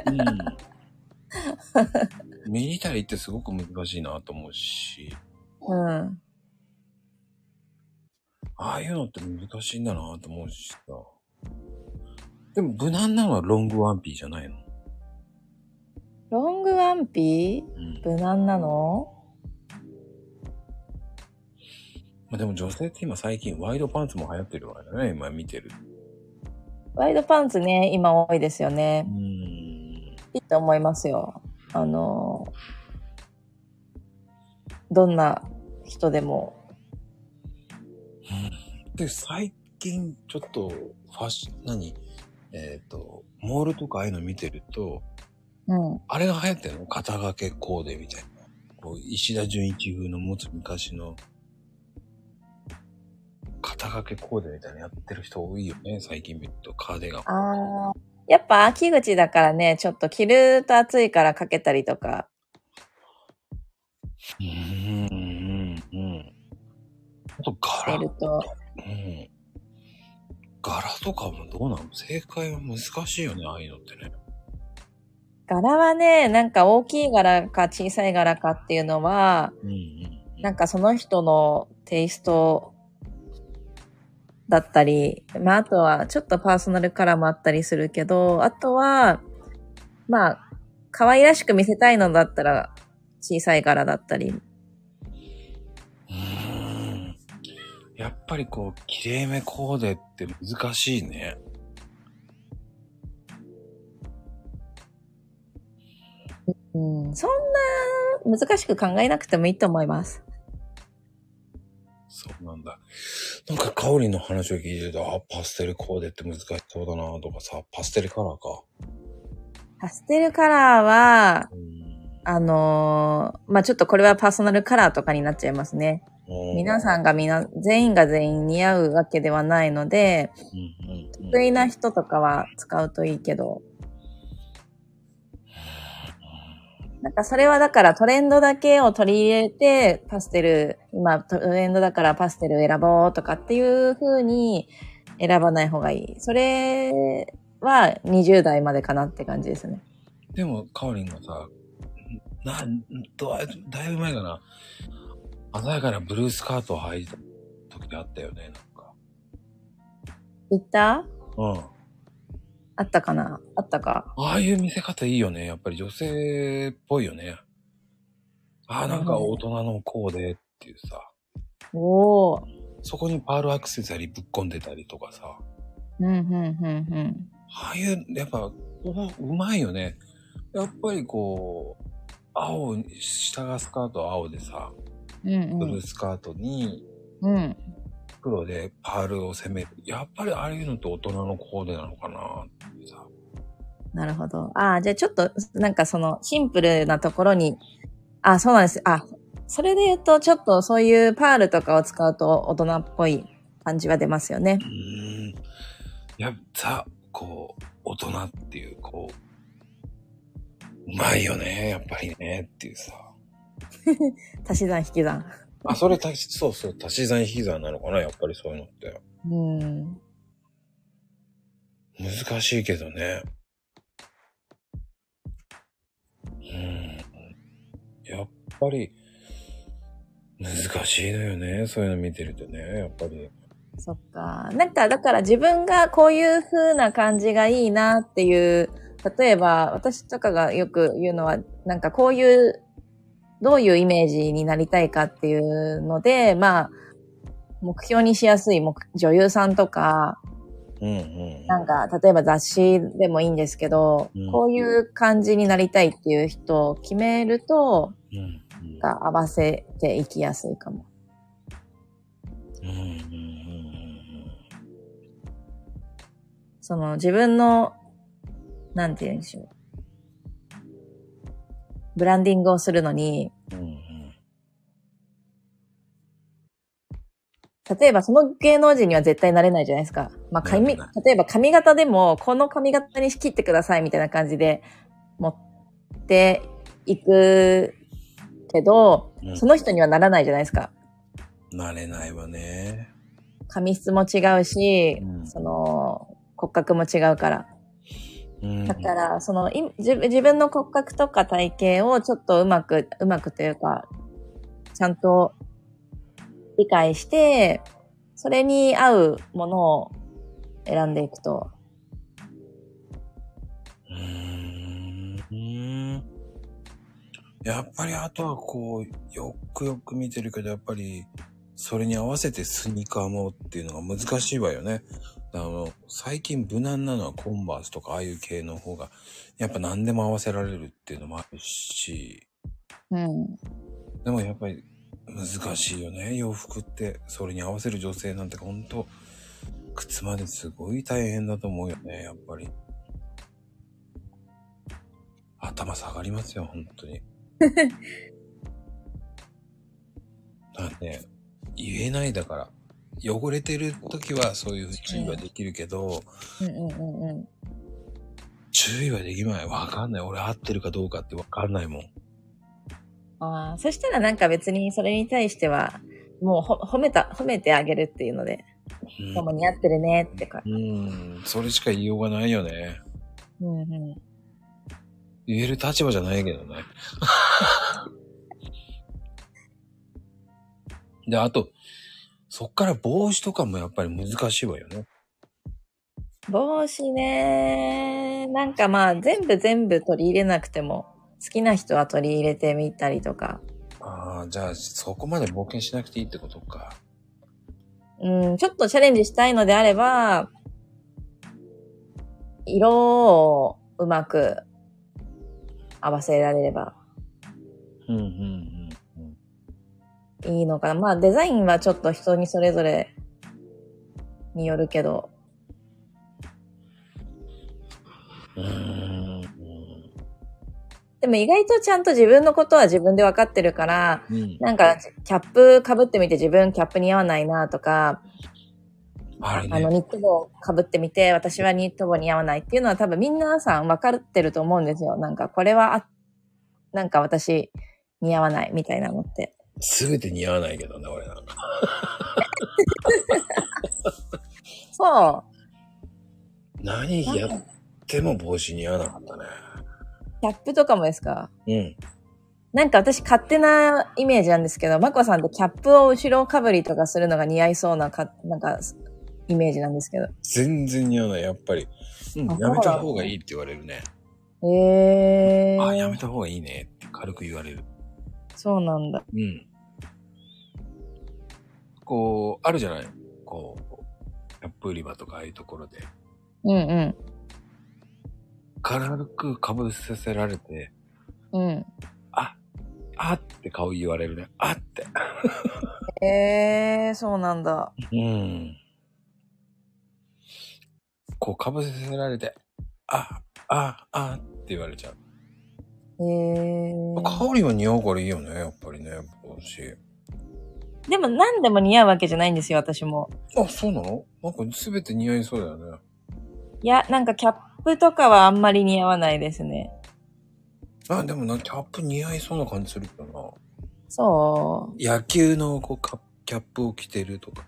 Speaker 1: うん。ミリタリーってすごく難しいなと思うし。
Speaker 2: うん。
Speaker 1: ああいうのって難しいんだなと思うしさ。でも無難なのはロングワンピーじゃないの。
Speaker 2: ロングワンピ
Speaker 1: うん
Speaker 2: ー無難なの
Speaker 1: まあ、でも女性って今最近ワイドパンツも流行ってるわよね、今見てる。
Speaker 2: ワイドパンツね、今多いですよね
Speaker 1: う。ん。
Speaker 2: いいと思いますよ。あの、どんな人でも。
Speaker 1: で、最近ちょっとファッション、何えっ、と、モールとかああいうの見てると、
Speaker 2: うん。
Speaker 1: あれが流行ってるの肩掛けコーデみたいな。こう、石田純一風の持つ昔の肩掛けコーデみたいなのやってる人多いよね、最近見ると。カーディガン。
Speaker 2: ああ。やっぱ秋口だからね、ちょっと着ると暑いからかけたりとか。
Speaker 1: うーんうんうん。あと
Speaker 2: して
Speaker 1: 柄、
Speaker 2: ると。
Speaker 1: うん。柄とかもどうなの正解は難しいよね、ああいうのってね。
Speaker 2: 柄はね、なんか大きい柄か小さい柄かっていうのは、
Speaker 1: うんうん。
Speaker 2: なんかその人のテイストだったり、まああとはちょっとパーソナルカラーもあったりするけど、あとは、まあ、可愛らしく見せたいのだったら小さい柄だったり。
Speaker 1: うーんやっぱりこう、綺麗めコーデって難しいね。
Speaker 2: うん、そんな難しく考えなくてもいいと思います。
Speaker 1: そうなんだ。なんか、カオリンの話を聞いてると、あ、パステルコーデって難しそうだなとかさ、パステルカラーか。
Speaker 2: パステルカラーは、
Speaker 1: うん
Speaker 2: あのーまあ、ちょっとこれはパーソナルカラーとかになっちゃいますね。皆
Speaker 1: ん、
Speaker 2: さんがみな、全員が全員似合うわけではないので、
Speaker 1: うんうんうん
Speaker 2: 得意な人とかは使うといいけど。なんかそれはだからトレンドだけを取り入れて、パステル、今トレンドだからパステル選ぼうとかっていう風に選ばない方がいい。それは20代までかなって感じですね。
Speaker 1: でも、カオリンがさ、な、どだいぶ前かな、鮮やかなブルースカートを履いた時があったよね、なんか。
Speaker 2: ツイッター
Speaker 1: うん。
Speaker 2: あったかなあったか。
Speaker 1: ああいう見せ方いいよね。やっぱり女性っぽいよね。ああ、なんか大人のコーデっていうさ、
Speaker 2: おー。
Speaker 1: そこにパールアクセサリーぶっ込んでたりとかさ、
Speaker 2: うん、うん、うん、うん。
Speaker 1: ああいう、やっぱ、ううまいよね。やっぱりこう、青に、下がスカート青でさ、
Speaker 2: うん、
Speaker 1: ブ
Speaker 2: う
Speaker 1: ルー
Speaker 2: ん。
Speaker 1: スカートに
Speaker 2: うん。
Speaker 1: 黒でパールを攻める。やっぱりああいうのって大人のコーデなのかなってさ。
Speaker 2: なるほど。ああ、じゃあちょっと、なんかその、シンプルなところに、あそうなんです。あ、それで言うと、ちょっとそういうパールとかを使うと大人っぽい感じは出ますよね
Speaker 1: う。ーん。いや、ザ、こう、大人っていう、こう、うまいよね、やっぱりね、っていうさ。
Speaker 2: 足し算引き算。
Speaker 1: あ、それ足し、そうそう、足し算引き算なのかな、やっぱりそういうのって。
Speaker 2: うん。
Speaker 1: 難しいけどね。うん。やっぱり、難しいのよね、そういうの見てるとね、やっぱり。
Speaker 2: そっか。なんか、だから自分がこういう風な感じがいいなっていう、例えば、私とかがよく言うのは、なんかこういう、どういうイメージになりたいかっていうので、まあ、目標にしやすい目女優さんとか、
Speaker 1: うんうん。
Speaker 2: なんか、例えば雑誌でもいいんですけど、
Speaker 1: うん
Speaker 2: こういう感じになりたいっていう人を決めると、
Speaker 1: うんうん
Speaker 2: なんか合わせていきやすいかも。
Speaker 1: うんうんうんうん
Speaker 2: その自分の、なんて言うんでしょう。ブランディングをするのに、
Speaker 1: うんうん
Speaker 2: 例えばその芸能人には絶対なれないじゃないですか。まあ髪、
Speaker 1: なれな
Speaker 2: 例えば髪型でも、この髪型に仕切ってくださいみたいな感じで持っていくけど、
Speaker 1: うん
Speaker 2: その人にはならないじゃないですか。
Speaker 1: 慣れないわね。
Speaker 2: 髪質も違うし、
Speaker 1: うん
Speaker 2: その骨格も違うから。
Speaker 1: うん
Speaker 2: だから、そのい自分自分の骨格とか体型をちょっとうまく、うまくというか、ちゃんと理解して、それに合うものを選んでいくと。
Speaker 1: うーん。やっぱりあとはこう、よくよく見てるけど、やっぱり、それに合わせてスニーカーもっていうのが難しいわよね。あの、最近無難なのはコンバースとかああいう系の方が、やっぱ何でも合わせられるっていうのもあるし、
Speaker 2: うん。
Speaker 1: でもやっぱり難しいよね、洋服って。それに合わせる女性なんてほんと、靴まですごい大変だと思うよね、やっぱり。頭下がりますよ、本当に。だってね、言えないだから。汚れてる時はそういう注意はできるけど、
Speaker 2: うんうんうんうん。
Speaker 1: 注意はできない。わかんない。俺合ってるかどうかってわかんないもん。
Speaker 2: ああ、そしたらなんか別にそれに対しては、もうほ褒めた、褒めてあげるっていうので、
Speaker 1: うん
Speaker 2: 今日も似合ってるねってか。
Speaker 1: うん、それしか言いようがないよね。
Speaker 2: うんうん。
Speaker 1: 言える立場じゃないけど [laughs] ね。で、あと、そっから帽子とかもやっぱり難しいわよね。
Speaker 2: 帽子ね。なんかまあ全部全部取り入れなくても、好きな人は取り入れてみたりとか。
Speaker 1: ああ、じゃあそこまで冒険しなくていいってことか。
Speaker 2: うん、ちょっとチャレンジしたいのであれば、色をうまく合わせられれば。
Speaker 1: うんうんうんうん。
Speaker 2: いいのかな。まあデザインはちょっと人にそれぞれによるけど。
Speaker 1: うーん。
Speaker 2: でも意外とちゃんと自分のことは自分で分かってるから、
Speaker 1: うん。
Speaker 2: なんかキャップ被ってみて自分キャップ似合わないなとか、
Speaker 1: あれ
Speaker 2: あの
Speaker 1: ね。
Speaker 2: ニット帽被ってみて私はニット帽似合わないっていうのは多分みんなさん分かってると思うんですよ。なんかこれはあ、なんか私似合わないみたいなのって。
Speaker 1: すべて似合わないけどね、俺なんか。
Speaker 2: そ
Speaker 1: 何やっても帽子似合わなかったね。
Speaker 2: う。キャップとかもですか
Speaker 1: うん。
Speaker 2: なんか私勝手なイメージなんですけど、まこさんってキャップを後ろかぶりとかするのが似合いそうなか、なんか、イメージなんですけど。
Speaker 1: 全然似合わない、やっぱり。うん、
Speaker 2: あ
Speaker 1: やめた方がいいって言われるね。
Speaker 2: ええ
Speaker 1: あ、やめ
Speaker 2: ー。
Speaker 1: た方がいいねって軽く言われる。
Speaker 2: そうなんだ。
Speaker 1: うん。こう、あるじゃないこう、キャップ売り場とかああいうところで、
Speaker 2: うんう
Speaker 1: 軽く被せせられて、
Speaker 2: ん。う
Speaker 1: あ、あって顔言われるね。あって。
Speaker 2: ん。ええー、そうなんだ。
Speaker 1: うん。こう、被せせられて、あ、あ、あって言われちゃう。
Speaker 2: ええー。
Speaker 1: 香りは似合うからいいよね、やっぱりね、帽子。
Speaker 2: でも何でも似合うわけじゃないんですよ、私も。
Speaker 1: あ、そうなのなんか全て似合いそうだよね。
Speaker 2: いや、なんかキャップとかはあんまり似合わないですね。
Speaker 1: あ、でもなんかキャップ似合いそうな感じするけど
Speaker 2: そ
Speaker 1: な。野球のこうカキャップを着てるとか。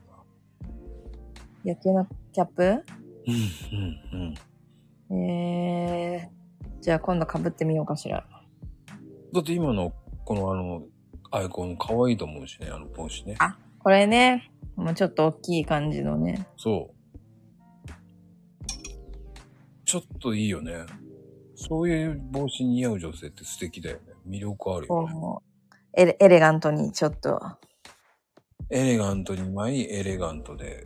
Speaker 2: う。野球のキャップ
Speaker 1: うん、うん、うん。
Speaker 2: ええー。じゃあ今度被ってみようかしら。
Speaker 1: だって今の、このあの、アイコン可愛いと思うしね、あの帽子ね。
Speaker 2: これね、もうちょっと大きい感じのね。
Speaker 1: そう。ちょっといいよね。そういう帽子似合う女性って素敵だよね。魅力あるよね。
Speaker 2: こう、エレエレガントにちょっと。
Speaker 1: エレガントに舞い、エレガントで、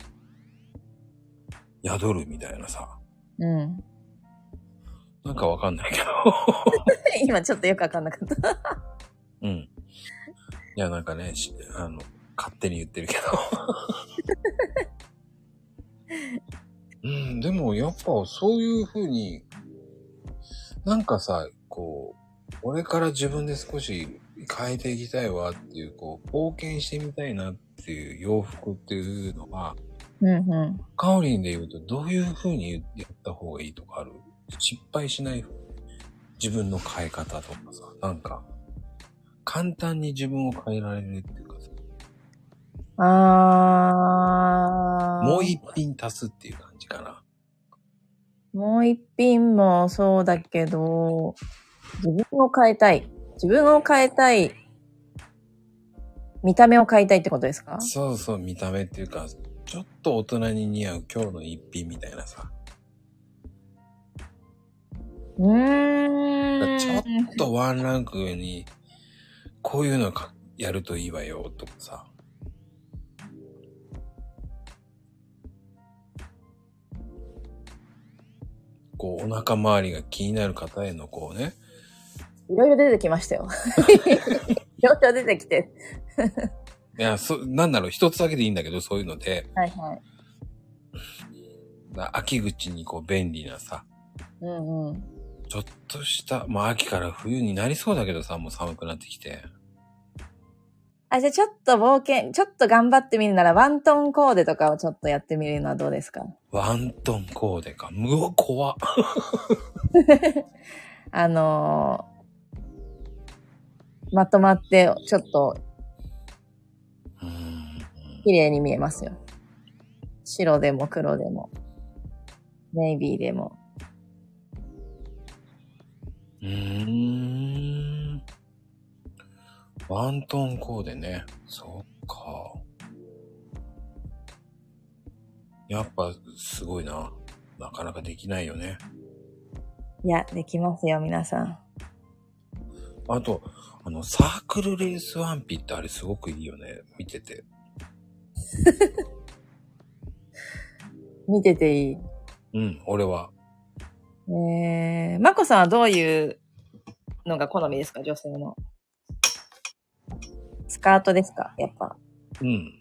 Speaker 1: 宿るみたいなさ。
Speaker 2: うん。
Speaker 1: なんかわかんないけど。
Speaker 2: [laughs] 今ちょっとよくわかんなかった。
Speaker 1: うん。いや、なんかね、しあの、勝手に言ってるけど。うん、でもやっぱそういう風に、なんかさ、こう、俺から自分で少し変えていきたいわっていう、こう、冒険してみたいなっていう洋服っていうのは、
Speaker 2: うんう
Speaker 1: カオリンで言うとどういう風にやった方がいいとかある失敗しない自分の変え方とかさ、なんか、簡単に自分を変えられるっていうかさ、
Speaker 2: ん。あー。
Speaker 1: もう一品足すっていう感じかな。
Speaker 2: もう一品もそうだけど、自分を変えたい。自分を変えたい。見た目を変えたいってことですか
Speaker 1: そうそう、見た目っていうか、ちょっと大人に似合う今日の一品みたいなさ、
Speaker 2: うーん。
Speaker 1: ちょっちょっとワンランク上に、こういうのかやるといいわよとかさ、こう、お腹周りが気になる方へのこうね、
Speaker 2: いろいろ出てきましたよ。いろいろ出てきて。
Speaker 1: いや、そ、なんだろう、一つだけでいいんだけど、そういうので、
Speaker 2: はいはい。
Speaker 1: な秋口にこう便利なさ、
Speaker 2: うんうん。
Speaker 1: ちょっとした、まあ秋から冬になりそうだけどさ、もう寒くなってきて。
Speaker 2: あ、じゃあちょっと冒険、ちょっと頑張ってみるならワントーンコーデとかをちょっとやってみるのはどうですか
Speaker 1: ワントンコーデか。うわ、怖っ。
Speaker 2: あのーまとまってちょっと
Speaker 1: うーん。
Speaker 2: 綺麗に見えますよ。白でも黒でも、ネイビーでも。
Speaker 1: うーん。ワントンコーデね。そっか。やっぱ、すごいな。なかなかできないよね。
Speaker 2: いや、できますよ、皆さん。
Speaker 1: あと、あの、サークルレースワンピってあれすごくいいよね。見てて。
Speaker 2: 見てていい。
Speaker 1: うん、俺は。
Speaker 2: えー、まこさんはどういうのが好みですか、女性の。スカートですかやっぱ。
Speaker 1: うん。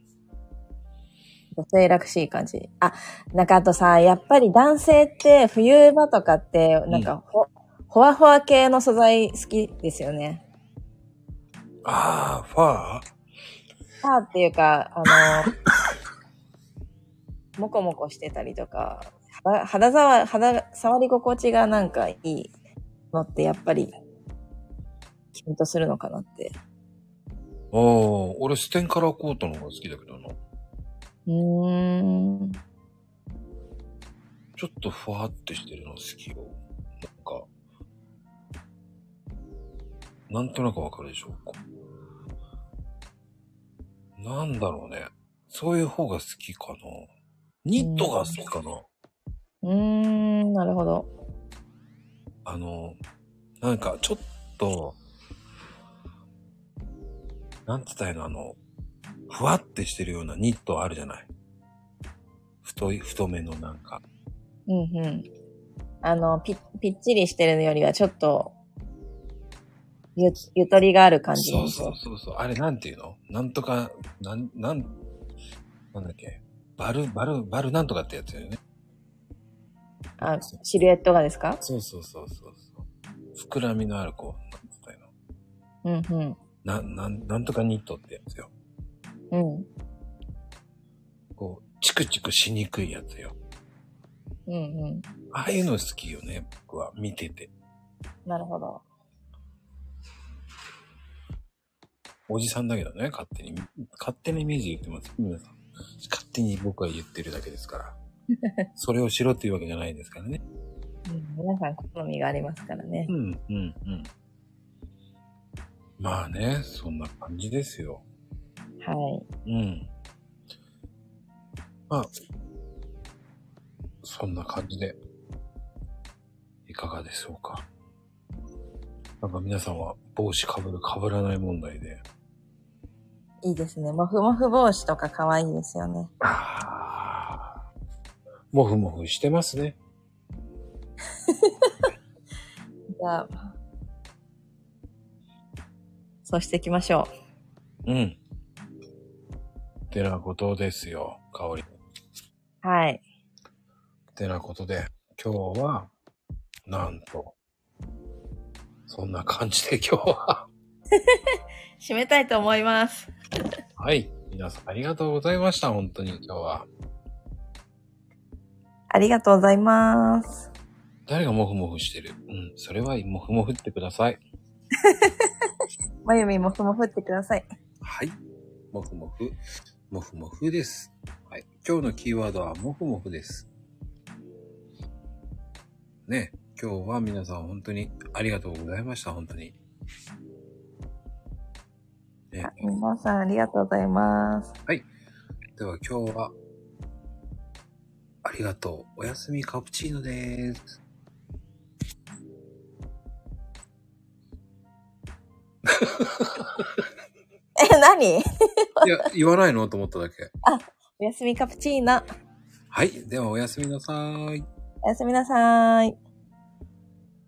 Speaker 2: 女性らしい感じ。あ、なんかあとさ、やっぱり男性って冬場とかって、なんかほ、ほわほわ系の素材好きですよね。
Speaker 1: ああ、ファー
Speaker 2: パーっていうか、あの、 [coughs] もこもこしてたりとか、肌肌触肌触り心地がなんかいいのってやっぱり、キュンとするのかなって。
Speaker 1: ああ、俺ステンカラーコートの方が好きだけどな。
Speaker 2: うーん。
Speaker 1: ちょっとふわってしてるの好きよ。なんか、なんとなくわかるでしょこうなんだろうね。そういう方が好きかな。ニットが好きかな。
Speaker 2: うーん、なるほど。
Speaker 1: あの、なんかちょっと、なんつったらいいの、あの、ふわってしてるようなニットあるじゃない。太い、太めのなんか。
Speaker 2: うんうん。あの、ぴ、ぴっちりしてるのよりはちょっと、ゆ、ゆとりがある感じ。
Speaker 1: そうそうそうそう。あれなんていうのなんとか、なん、なん、なんだっけ。バル、バル、バルなんとかってやつだよね。
Speaker 2: あ、シルエットがですか
Speaker 1: そうそうそうそうそう。膨らみのあるこう、なんつったらいいの
Speaker 2: うんうん。
Speaker 1: な、なん、なんとかニットってやつよ。
Speaker 2: うん。
Speaker 1: こう、チクチクしにくいやつよ。
Speaker 2: うんうん。
Speaker 1: ああいうの好きよね、僕は。見てて。
Speaker 2: なるほど。
Speaker 1: おじさんだけどね、勝手に。勝手にイメージ言ってます。皆さん。勝手に僕は言ってるだけです
Speaker 2: [laughs]
Speaker 1: から。それをしろっていうわけじゃないですからね。
Speaker 2: うん、皆さん好みがありますからね
Speaker 1: う。ん、うん、うん。まあね、そんな感じですよ。
Speaker 2: はい。
Speaker 1: うん。まあ、そんな感じで、いかがでしょうか。なんか皆さんは帽子かぶるかぶらない問題で、
Speaker 2: いいですね。もふもふ帽子とか可愛いですよね。
Speaker 1: ああ、もふもふしてますね。
Speaker 2: じゃあ、そうしていきましょ
Speaker 1: うん。てなことですよ、香り。
Speaker 2: う。はい。
Speaker 1: てなことで、今日は、なんと、そんな感じで [laughs] 今日は、
Speaker 2: 締めたいと思います。
Speaker 1: はい。皆さんありがとうございました、本当に今日は。
Speaker 2: ありがとうございます。
Speaker 1: 誰がモフモフしてるうん、それはモフモフってください。
Speaker 2: まゆみもふもふってください。
Speaker 1: はい。モフモフ。モフモフです。はい。今日のキーワードはモフモフです。ね。今日は皆さん本当にありがとうございました、本当に。ね
Speaker 2: あ、皆さんありがとうございます。
Speaker 1: では今日は、ありがとう。おやすみカプチーノです。
Speaker 2: え、
Speaker 1: い
Speaker 2: 何
Speaker 1: や、言わないのと思っただけ。
Speaker 2: おやすみカプチーノ。
Speaker 1: はい。ではおやすみなさーい。
Speaker 2: おやすみなさーい。